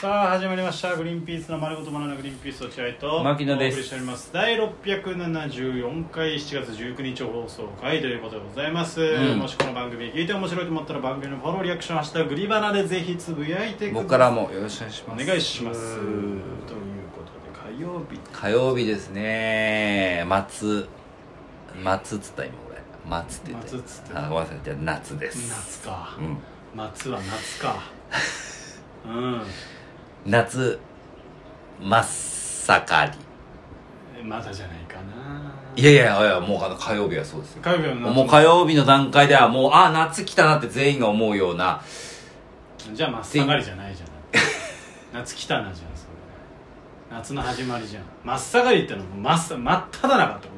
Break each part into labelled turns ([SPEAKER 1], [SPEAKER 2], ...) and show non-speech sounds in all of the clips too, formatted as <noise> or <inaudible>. [SPEAKER 1] さあ始まりました「グリーンピースの丸ごとバナナグリーンピース落合」と
[SPEAKER 2] 牧野で
[SPEAKER 1] お
[SPEAKER 2] す
[SPEAKER 1] 送りしております第674回7月19日放送回ということでございます、
[SPEAKER 2] うん
[SPEAKER 1] もしこの番組聞いて面白いと思ったら番組のフォローリアクション「ハッシュタグリバナ」でぜひつぶやいてください
[SPEAKER 2] 僕からもよろしくお願いし
[SPEAKER 1] お
[SPEAKER 2] ます
[SPEAKER 1] 願いしますと
[SPEAKER 2] う
[SPEAKER 1] いうんことで火曜日
[SPEAKER 2] 火曜日ですね松松っつった今俺松って言った
[SPEAKER 1] 松っつった
[SPEAKER 2] あごめんなさいじゃあ夏です
[SPEAKER 1] 夏か
[SPEAKER 2] うん
[SPEAKER 1] 夏は夏かうん
[SPEAKER 2] 夏真っ盛
[SPEAKER 1] えまだじゃないかな
[SPEAKER 2] りいやいやいやもうあの火曜日はそうですよ
[SPEAKER 1] 火曜日は夏
[SPEAKER 2] もう火曜日の段階ではもうあ夏来たなって全員が思うような
[SPEAKER 1] じゃあ真っ盛りじゃないじ
[SPEAKER 2] <laughs>
[SPEAKER 1] ゃん夏来たなじゃんそれ夏の始まりじゃん真っ盛りってのはもう真っさ真っ只中ってこと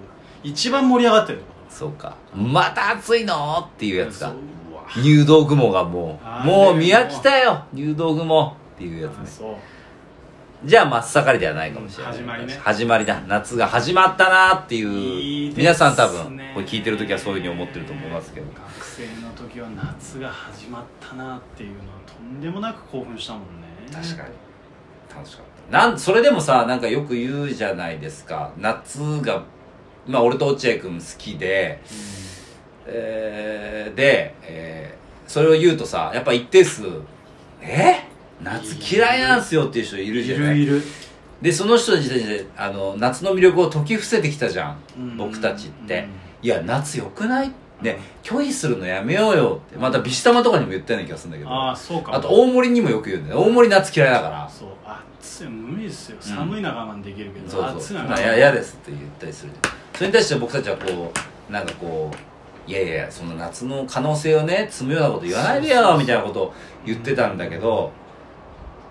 [SPEAKER 1] 一番盛り上がってるってこ
[SPEAKER 2] そうかまた暑いのっていう
[SPEAKER 1] と
[SPEAKER 2] やつか
[SPEAKER 1] そううわ
[SPEAKER 2] 入道雲がも
[SPEAKER 1] あ
[SPEAKER 2] う
[SPEAKER 1] れ
[SPEAKER 2] もう宮来たよ入道雲っていうやつね
[SPEAKER 1] あそう
[SPEAKER 2] じゃあ真っ盛りではないかもしれない、
[SPEAKER 1] うん始まりね
[SPEAKER 2] 始まりだ夏が始まったなっていう
[SPEAKER 1] いいですね
[SPEAKER 2] 皆さん多分これ聞いてる時はそういうふうに思ってると思いますけど
[SPEAKER 1] 学生の時は夏が始まったなっていうのはとんでもなく興奮したもんね
[SPEAKER 2] 確かに楽しかったなんそれでもさなんかよく言うじゃないですか夏がまあ俺と落合君好きで、えーで、えーそれを言うとさやっぱ一定数「え夏嫌いなんすよ」っていう人い
[SPEAKER 1] うん
[SPEAKER 2] る
[SPEAKER 1] い
[SPEAKER 2] じゃない
[SPEAKER 1] るいる
[SPEAKER 2] でその人たちであの夏の魅力を解き伏せてきたじゃん、
[SPEAKER 1] うん
[SPEAKER 2] 僕たちって、
[SPEAKER 1] うん
[SPEAKER 2] いや夏よくない
[SPEAKER 1] うん
[SPEAKER 2] ね拒否するのやめようよってまたビシタマとかにも言ったような気がするんだけど
[SPEAKER 1] あ
[SPEAKER 2] あ
[SPEAKER 1] あそうか
[SPEAKER 2] と大森にもよく言うんだよ大森夏嫌いだから
[SPEAKER 1] そう暑い無理ですよ寒いのは我慢できるけど、
[SPEAKER 2] そう
[SPEAKER 1] 暑
[SPEAKER 2] そ
[SPEAKER 1] いうのは
[SPEAKER 2] まあや嫌ですって言ったりするじゃんそれに対して僕たちはこうなんかこういやいやその夏の可能性をね積むようなこと言わないで
[SPEAKER 1] そうそうそ
[SPEAKER 2] よ
[SPEAKER 1] う
[SPEAKER 2] みたいなことを言ってたんだけど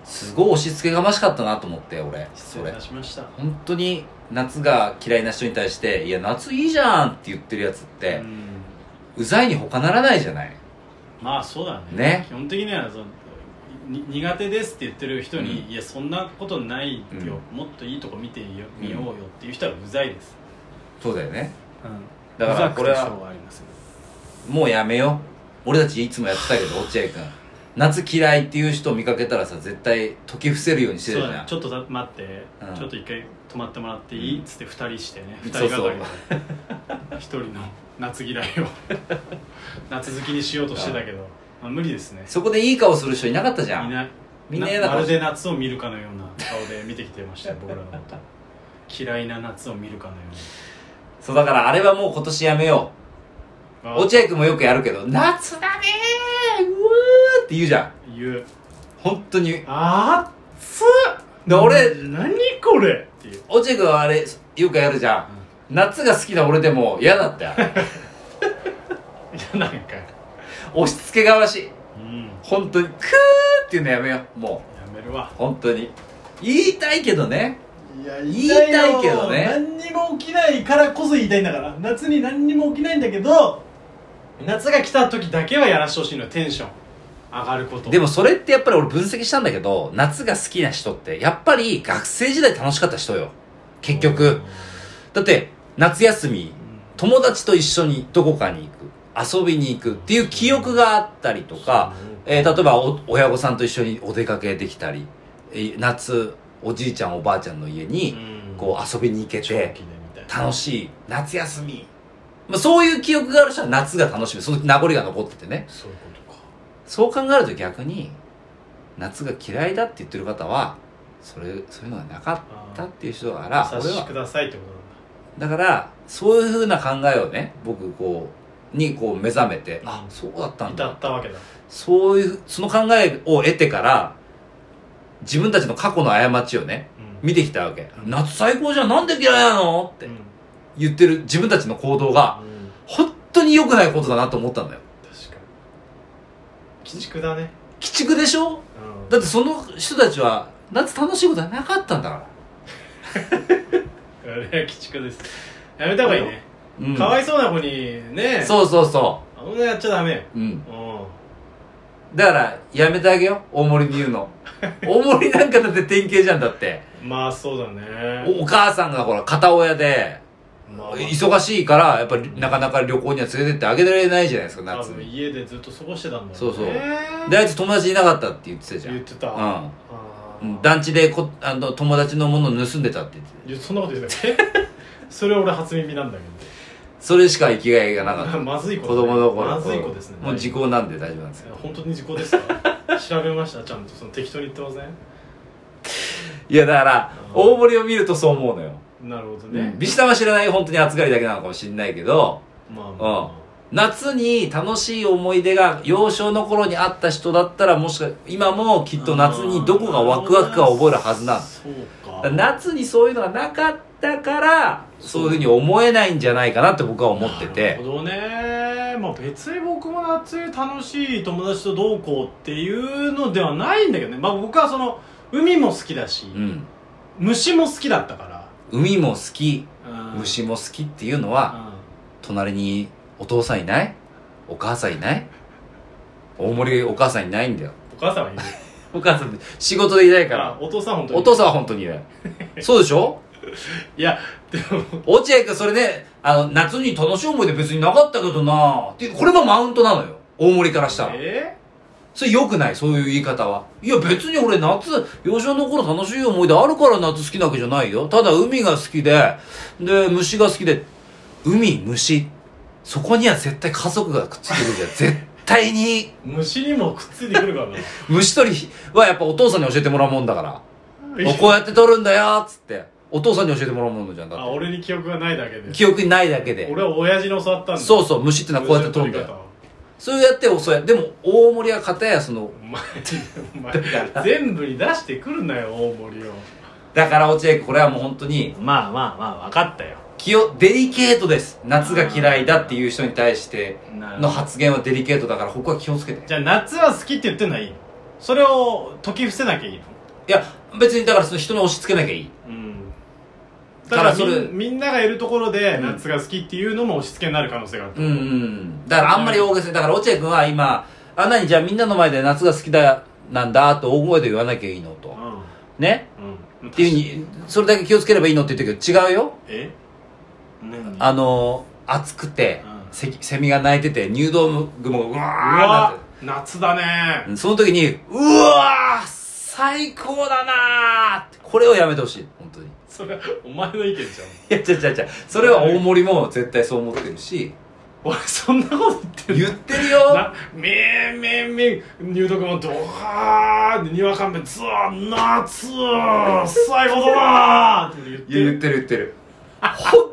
[SPEAKER 2] すごい押し付けがましかったなと思って俺
[SPEAKER 1] 失礼
[SPEAKER 2] そ
[SPEAKER 1] い
[SPEAKER 2] れ
[SPEAKER 1] たしました
[SPEAKER 2] 本当に夏が嫌いな人に対して「いや夏いいじゃん」って言ってるやつって
[SPEAKER 1] う、ん
[SPEAKER 2] うざいに他ならないじゃない
[SPEAKER 1] まあそうだね
[SPEAKER 2] ね
[SPEAKER 1] 基本的にはそのに苦手ですって言ってる人に、
[SPEAKER 2] う
[SPEAKER 1] いやそんなことないよ、もっといいとこ見てよ見ようよっていう人はうざいです、
[SPEAKER 2] そうだよね
[SPEAKER 1] うん、
[SPEAKER 2] だからこれ
[SPEAKER 1] うざくてしょう
[SPEAKER 2] は
[SPEAKER 1] がありません
[SPEAKER 2] もうやめよう俺たちいつもやってたけど落合君夏嫌いっていう人を見かけたらさ絶対解き伏せるようにして
[SPEAKER 1] そう
[SPEAKER 2] るじ
[SPEAKER 1] だね
[SPEAKER 2] ゃん
[SPEAKER 1] ちょっとだ待って、
[SPEAKER 2] うん
[SPEAKER 1] ちょっと一回泊まってもらっていいっつって2人してね2
[SPEAKER 2] そう
[SPEAKER 1] 人が
[SPEAKER 2] そう
[SPEAKER 1] かりで
[SPEAKER 2] <laughs>
[SPEAKER 1] 一人の夏嫌いを夏好きにしようとしてたけど、まあ、無理ですね
[SPEAKER 2] そこでいい顔する人いなかったじゃ
[SPEAKER 1] い
[SPEAKER 2] ん
[SPEAKER 1] ない
[SPEAKER 2] みんな嫌な
[SPEAKER 1] ま
[SPEAKER 2] 顔
[SPEAKER 1] る
[SPEAKER 2] して
[SPEAKER 1] で夏を見るかのような顔で見てきてましたよ僕らのこと嫌いな夏を見るかのよ
[SPEAKER 2] そうだからあれはもう今年やめよ
[SPEAKER 1] う
[SPEAKER 2] う
[SPEAKER 1] な
[SPEAKER 2] 落合君もよくやるけど「夏だねーうー」って言うじゃん
[SPEAKER 1] 言う
[SPEAKER 2] 本当に
[SPEAKER 1] あ
[SPEAKER 2] つで俺
[SPEAKER 1] 何これっていう
[SPEAKER 2] 落合君はあれよくやるじゃん夏が好きな俺でも嫌だったよ
[SPEAKER 1] じゃなんか
[SPEAKER 2] 押し付けがましい
[SPEAKER 1] うんや
[SPEAKER 2] 本当に「クー」っていうのやめようもう
[SPEAKER 1] めるわ
[SPEAKER 2] 本当に言いたいけどね
[SPEAKER 1] いや
[SPEAKER 2] 言いたいよ言いたいけどね
[SPEAKER 1] 何にも起きないからこそ言いたいんだから夏に何にも起きないんだけど夏が来た時だけはやらしてほしいのよテンション上がること
[SPEAKER 2] でもそれってやっぱり俺分析したんだけど夏が好きな人ってやっぱり学生時代楽しかった人よ結局だって夏休み友達と一緒にどこかに行く遊びに行くっていう記憶があったりとか、えー例えばお親御さんと一緒にお出かけできたり、えー夏おじいちゃんおばあちゃんの家にこう遊びに行け
[SPEAKER 1] 長期で
[SPEAKER 2] て
[SPEAKER 1] みたいな
[SPEAKER 2] 楽しい夏休み、まあ、そういう記憶がある人は夏が楽しみその名残が残っててね
[SPEAKER 1] そういうことか
[SPEAKER 2] そう考えると逆に夏が嫌いだって言ってる方はそれそういうのがなかったっていう人だから
[SPEAKER 1] お
[SPEAKER 2] 俺
[SPEAKER 1] 察し
[SPEAKER 2] は
[SPEAKER 1] くださいってこと
[SPEAKER 2] だからそういうふうな考えをね僕こうにこう目覚めて
[SPEAKER 1] うん
[SPEAKER 2] あそうだった
[SPEAKER 1] なん
[SPEAKER 2] ん
[SPEAKER 1] だ至
[SPEAKER 2] だ
[SPEAKER 1] ったわけだ
[SPEAKER 2] そういうその考えを得てから自分たちの過去の過ちをね
[SPEAKER 1] うん
[SPEAKER 2] 見てきたわけ
[SPEAKER 1] うん
[SPEAKER 2] 夏最高じゃんなんで嫌いなのって
[SPEAKER 1] うん
[SPEAKER 2] 言ってる自分たちの行動
[SPEAKER 1] う
[SPEAKER 2] が
[SPEAKER 1] ん
[SPEAKER 2] 本当に良くないことだなと思ったんだよ
[SPEAKER 1] 確かに鬼畜だね
[SPEAKER 2] 鬼畜でし
[SPEAKER 1] う
[SPEAKER 2] ょ
[SPEAKER 1] ん
[SPEAKER 2] だってその人たちは夏楽しいことはなかったんだから
[SPEAKER 1] あれは鬼畜ですやめた方がいいね
[SPEAKER 2] うん
[SPEAKER 1] かわいそうな子にね
[SPEAKER 2] そうそうそ
[SPEAKER 1] あんなやっちゃダメよ
[SPEAKER 2] う、うん、
[SPEAKER 1] うん
[SPEAKER 2] だからやめてあげよう大森に言うの大森なんかだって典型じゃんだって
[SPEAKER 1] まあそうだね
[SPEAKER 2] おお母さんがほら片親で
[SPEAKER 1] まあ
[SPEAKER 2] 忙しいからやっぱりなかなか旅行には連れてってあげられないじゃないですか
[SPEAKER 1] 多
[SPEAKER 2] 夏
[SPEAKER 1] 分
[SPEAKER 2] に
[SPEAKER 1] 家でずっと過ごしてたんだろね
[SPEAKER 2] そうそう
[SPEAKER 1] えー
[SPEAKER 2] であいつ友達いなかったって言ってたじゃん
[SPEAKER 1] 言ってた
[SPEAKER 2] うん
[SPEAKER 1] あー
[SPEAKER 2] うん団地でこあの友達のものを盗んでたって言って
[SPEAKER 1] いやそんなこと言ってたっけ <laughs> それ俺初耳なんだけ
[SPEAKER 2] それしか生きがいがなかっ
[SPEAKER 1] ど
[SPEAKER 2] た
[SPEAKER 1] まずい
[SPEAKER 2] 子
[SPEAKER 1] 子
[SPEAKER 2] 供の頃
[SPEAKER 1] まずい子ですね
[SPEAKER 2] もう時効なんで大丈夫なんですよ
[SPEAKER 1] 本当に時効ですか <laughs> 調べましたちゃんとその適当に言ってません
[SPEAKER 2] いやだから
[SPEAKER 1] うん
[SPEAKER 2] 大森を見るとそう思うのよ
[SPEAKER 1] なるほど
[SPEAKER 2] うん
[SPEAKER 1] ね、
[SPEAKER 2] ビシタは知らない本当に暑がりだけなのかもしれないけど
[SPEAKER 1] まあまあ、ま
[SPEAKER 2] 夏に楽しい思い出が幼少の頃にあった人だったらもしか今もきっと夏にどこがワクワクか覚えるはずな
[SPEAKER 1] あ、
[SPEAKER 2] んだ
[SPEAKER 1] そう
[SPEAKER 2] だ
[SPEAKER 1] か
[SPEAKER 2] から夏にそういうのがなかったからそういうふうに思えないんじゃないかなって僕は思って
[SPEAKER 1] なる
[SPEAKER 2] て
[SPEAKER 1] ほどねまあ別に僕も夏楽しい友達とどうこうっていうのではないんだけどねまあ僕はその海も好きだし、
[SPEAKER 2] うん
[SPEAKER 1] 虫も好きだったか
[SPEAKER 2] 海も好き
[SPEAKER 1] ら、うん
[SPEAKER 2] 虫も好きっていうのは隣にお父さんいないお母さんいない大森お母さんいないん <laughs> だよ
[SPEAKER 1] お母さんはいる
[SPEAKER 2] お母さん仕事でいない
[SPEAKER 1] だ
[SPEAKER 2] か
[SPEAKER 1] かららお父さん本当に
[SPEAKER 2] お父さんは本当にいないそうでしょ
[SPEAKER 1] いやでも
[SPEAKER 2] 落合君それねあの夏に楽しい思い出別になかったけどなっていうこれもマウントなのよ大森からしたら
[SPEAKER 1] え
[SPEAKER 2] それ良くないそういう言い方はいや別に俺夏幼少の頃楽しい思い出あるから夏好きなわけじゃないよただ海が好きでで虫が好きで海虫そこには絶対家族がくっついてくるじ <laughs> ゃん絶対に
[SPEAKER 1] ー虫にもくっついてくるから
[SPEAKER 2] <laughs>
[SPEAKER 1] な
[SPEAKER 2] 虫取りはやっぱお父さんに教えてもらうもんだから
[SPEAKER 1] い
[SPEAKER 2] お
[SPEAKER 1] や
[SPEAKER 2] こうやって取るんだよっつってお父さんに教えてもらうもんじゃんだ
[SPEAKER 1] あ
[SPEAKER 2] っ
[SPEAKER 1] 俺に記憶がないだけで
[SPEAKER 2] て記憶にないだけで
[SPEAKER 1] 俺は親父に教わったんだ
[SPEAKER 2] そう
[SPEAKER 1] う
[SPEAKER 2] そう虫ってのはこうやって取るんだよ
[SPEAKER 1] よ
[SPEAKER 2] そうやって遅いでも大森は片やその
[SPEAKER 1] お前お前全部に出してくるなよ大森を
[SPEAKER 2] だから落合君これはもう本当に
[SPEAKER 1] まあまあまあ分かったよ
[SPEAKER 2] 気をデリケートです夏が嫌いだっていう人に対して
[SPEAKER 1] な
[SPEAKER 2] の発言はデリケートだからここは気をつけて
[SPEAKER 1] じゃあ夏は好きって言ってんのはいいのそれを解き伏せなきゃいいの
[SPEAKER 2] いや別にだからその人に押し付けなきゃいい
[SPEAKER 1] うん
[SPEAKER 2] た
[SPEAKER 1] た
[SPEAKER 2] だ
[SPEAKER 1] だ
[SPEAKER 2] それ
[SPEAKER 1] みんみんながいるところで
[SPEAKER 2] うん
[SPEAKER 1] 夏が好きっていうのも押し付けになる可能性がある
[SPEAKER 2] うんうんだからあんまり大げさにだから落合君は今あんなにじゃあみんなの前で夏が好きだなんだと大声で言わなきゃいいのと
[SPEAKER 1] うん
[SPEAKER 2] ね
[SPEAKER 1] うんっ
[SPEAKER 2] っていうふうにそれだけ気をつければいいのって言ってるけど違うよ
[SPEAKER 1] え何
[SPEAKER 2] あの暑くて、
[SPEAKER 1] うん
[SPEAKER 2] せセミが鳴いてて入道雲がうわ
[SPEAKER 1] う
[SPEAKER 2] ーなっ
[SPEAKER 1] わ
[SPEAKER 2] て
[SPEAKER 1] 夏だね
[SPEAKER 2] その時に、うわー最高だなーって、これをやめてほしい、本当に。い
[SPEAKER 1] それお前の意見じゃん
[SPEAKER 2] や、違う違う違う。それは大森も絶対そう思ってるし、
[SPEAKER 1] 俺そんなこと言って
[SPEAKER 2] 言
[SPEAKER 1] る
[SPEAKER 2] ってるよ
[SPEAKER 1] なみーみーみー入毒もドハーでにわかんべんずー夏ー最後だなーって言って
[SPEAKER 2] いや
[SPEAKER 1] る
[SPEAKER 2] 言ってる言ってる。本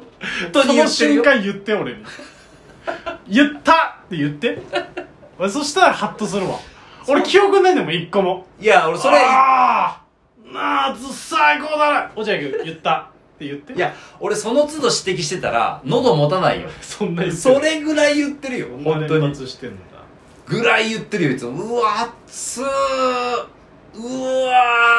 [SPEAKER 2] 当に
[SPEAKER 1] そ
[SPEAKER 2] 言
[SPEAKER 1] の
[SPEAKER 2] ってる
[SPEAKER 1] 瞬
[SPEAKER 2] よ。
[SPEAKER 1] 間言って俺に言ったって言って俺そしたらハッとするわ俺記憶ないんだもん一個も
[SPEAKER 2] いや、俺それ、
[SPEAKER 1] ああ夏最高だな落合君言ったって言って
[SPEAKER 2] いや、俺その都度指摘してたら、喉持たないよ。
[SPEAKER 1] そんな言ってる
[SPEAKER 2] それぐらい言ってるよ、
[SPEAKER 1] そんな
[SPEAKER 2] 本当
[SPEAKER 1] 連
[SPEAKER 2] に。
[SPEAKER 1] 発してんだ
[SPEAKER 2] ぐらい言ってるよ、いつも。うわ、熱ー、うわ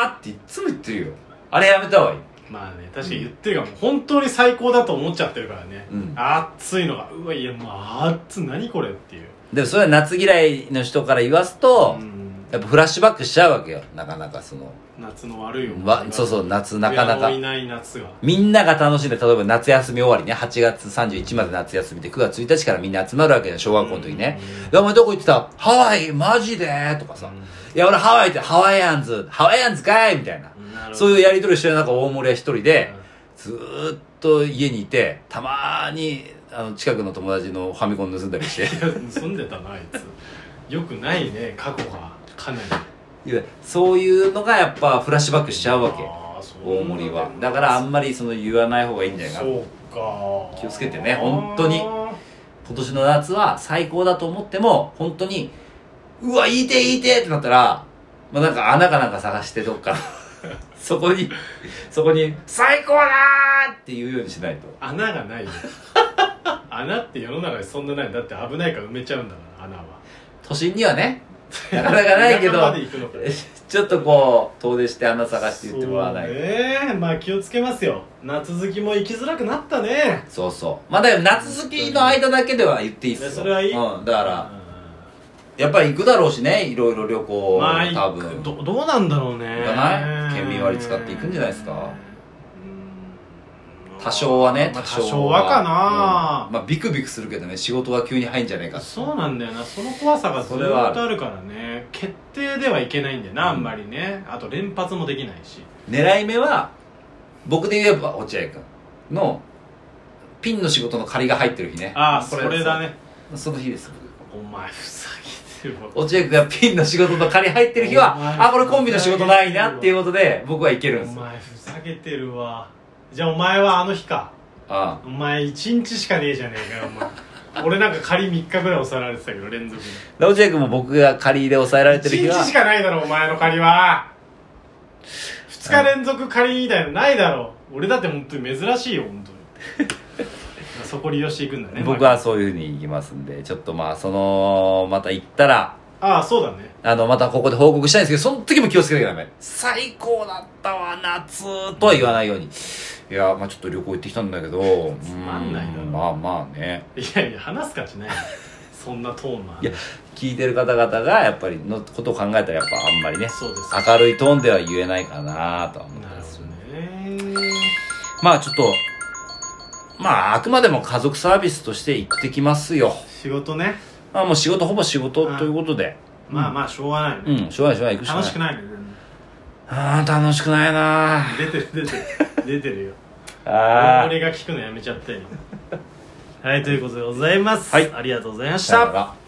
[SPEAKER 2] ーっていつも言ってるよ。あれやめた方がいい。
[SPEAKER 1] まあね確かに言ってるかも、本当に最高だと思っちゃってるからね、
[SPEAKER 2] うん
[SPEAKER 1] 暑いのがうわいやもう暑い何これっていう
[SPEAKER 2] でもそれは夏嫌いの人から言わすと、
[SPEAKER 1] うん
[SPEAKER 2] やっぱフラッシュバックしちゃうわけよなかなかその
[SPEAKER 1] 夏の悪い思い
[SPEAKER 2] わそうそうう夏なかなか
[SPEAKER 1] いない夏が
[SPEAKER 2] みんなが楽しんで例えば夏休み終わりね8月31まで夏休みで9月1日からみんな集まるわけじゃん小学校の時ね「いやお前どこ行ってたハワイマジで?」とかさ「いや俺ハワイってハワイアンズハワイアンズかい!」みたいなそういう
[SPEAKER 1] や
[SPEAKER 2] やり取りしてる中大森は一人でずーっと家にいてたまーにあの近くの友達のファミコン盗んだりして
[SPEAKER 1] 住んでたなあいつよくないね過去がかなり
[SPEAKER 2] いやそういうのがやっぱフラッシュバックしちゃうわけ
[SPEAKER 1] あーそう
[SPEAKER 2] 大森はだからあんまりその言わない方がいいんじゃないかな
[SPEAKER 1] そうか
[SPEAKER 2] 気をつけてね本当に今年の夏は最高だと思っても本当にうわいいていいてってなったら、まあ、なんか穴かなんか探してど
[SPEAKER 1] <laughs>
[SPEAKER 2] っかそこにそこに最高だーって言うようにしないと
[SPEAKER 1] 穴が
[SPEAKER 2] <laughs>
[SPEAKER 1] ないよ穴って世の中にそんなないだって危ないから埋めちゃうんだから穴は
[SPEAKER 2] 都心にはねなかなかないけ
[SPEAKER 1] 田舎ま
[SPEAKER 2] ど
[SPEAKER 1] で行くのか
[SPEAKER 2] ちょっとこう遠出して穴探して言ってもらわない
[SPEAKER 1] そう
[SPEAKER 2] と
[SPEAKER 1] ねまあ気をつけますよ夏好きも行きづらくなったね
[SPEAKER 2] そうそうまあだけど夏好きの間だけでは言っていいっすよ
[SPEAKER 1] いやそれはいい
[SPEAKER 2] うん、だか
[SPEAKER 1] あ
[SPEAKER 2] ら、やっぱり行くだろうしねいろいろ旅行、
[SPEAKER 1] まあ
[SPEAKER 2] 多
[SPEAKER 1] 行
[SPEAKER 2] 分
[SPEAKER 1] くどどうなんだろうね
[SPEAKER 2] 行かない県民割使って行くんじゃないですか
[SPEAKER 1] うん
[SPEAKER 2] 多少はね
[SPEAKER 1] まあ
[SPEAKER 2] 多少
[SPEAKER 1] 多
[SPEAKER 2] は
[SPEAKER 1] 少はかな
[SPEAKER 2] うんまあビクビクするけどね仕事は急に入んじゃねえか
[SPEAKER 1] そうなんだよなその怖さがずっ
[SPEAKER 2] それはあ
[SPEAKER 1] と
[SPEAKER 2] る
[SPEAKER 1] あるからね決定ではいけないんだよな、
[SPEAKER 2] う
[SPEAKER 1] あ
[SPEAKER 2] ん
[SPEAKER 1] んまりねあと連発もできないし
[SPEAKER 2] 狙い目は僕で言えば落合君のピンの仕事の借りが入ってる日ね
[SPEAKER 1] ああそれだね
[SPEAKER 2] その日です
[SPEAKER 1] お前ふざけてるわ
[SPEAKER 2] 落合君がピンの仕事の借り入ってる日は
[SPEAKER 1] お前
[SPEAKER 2] あこれコンビの仕事ないなっていうことで僕はいけるん
[SPEAKER 1] お
[SPEAKER 2] ですよ
[SPEAKER 1] 前ふざけてるわじゃあお前はあの日か
[SPEAKER 2] あ
[SPEAKER 1] お前一日しかねえじゃねえかよお前俺なんか仮3日ぐらい押さられてたけど連続で
[SPEAKER 2] あ落合君も僕が借りで抑えられてる日
[SPEAKER 1] 1
[SPEAKER 2] は
[SPEAKER 1] 日しかないだろお前の借りは2日連続借りみたいなのないだろ俺だって本当に珍しいよ本当に <laughs> そこ利用していくんだね
[SPEAKER 2] 僕はそういうふうに行きますんでちょっとまあそのまた行ったら
[SPEAKER 1] ああそうだね
[SPEAKER 2] あのまたここで報告したいんですけどその時も気をつけなきゃダメ最高だったわ夏とは言わないようにいやまあちょっと旅行行ってきたんだけど
[SPEAKER 1] つまんないな
[SPEAKER 2] うまあまあね
[SPEAKER 1] いやいや話す価値ないよそんなトーンの話
[SPEAKER 2] いや聞いてる方々がやっぱりのことを考えたらやっぱあんまりね
[SPEAKER 1] そうです
[SPEAKER 2] 明るいトーンでは言えないかなとは思っ
[SPEAKER 1] な
[SPEAKER 2] た
[SPEAKER 1] る
[SPEAKER 2] りす
[SPEAKER 1] ほ
[SPEAKER 2] る
[SPEAKER 1] ど
[SPEAKER 2] ね
[SPEAKER 1] ね
[SPEAKER 2] まあちょっとまああくまでも家族サービスとして行ってきますよ
[SPEAKER 1] 仕事ね
[SPEAKER 2] まあもう仕事ほぼ仕事ということで
[SPEAKER 1] まあまあしょうがないよね、
[SPEAKER 2] うんしょうがないしょうがない行くしか
[SPEAKER 1] 楽しく
[SPEAKER 2] ない
[SPEAKER 1] ないね
[SPEAKER 2] ああ楽しくないなあ
[SPEAKER 1] 全然出てる出てる出てるよ
[SPEAKER 2] あ
[SPEAKER 1] 俺が聞くのやめちゃったよはいということでございます、
[SPEAKER 2] はい
[SPEAKER 1] ありがとうございまし
[SPEAKER 2] さよな
[SPEAKER 1] た
[SPEAKER 2] ら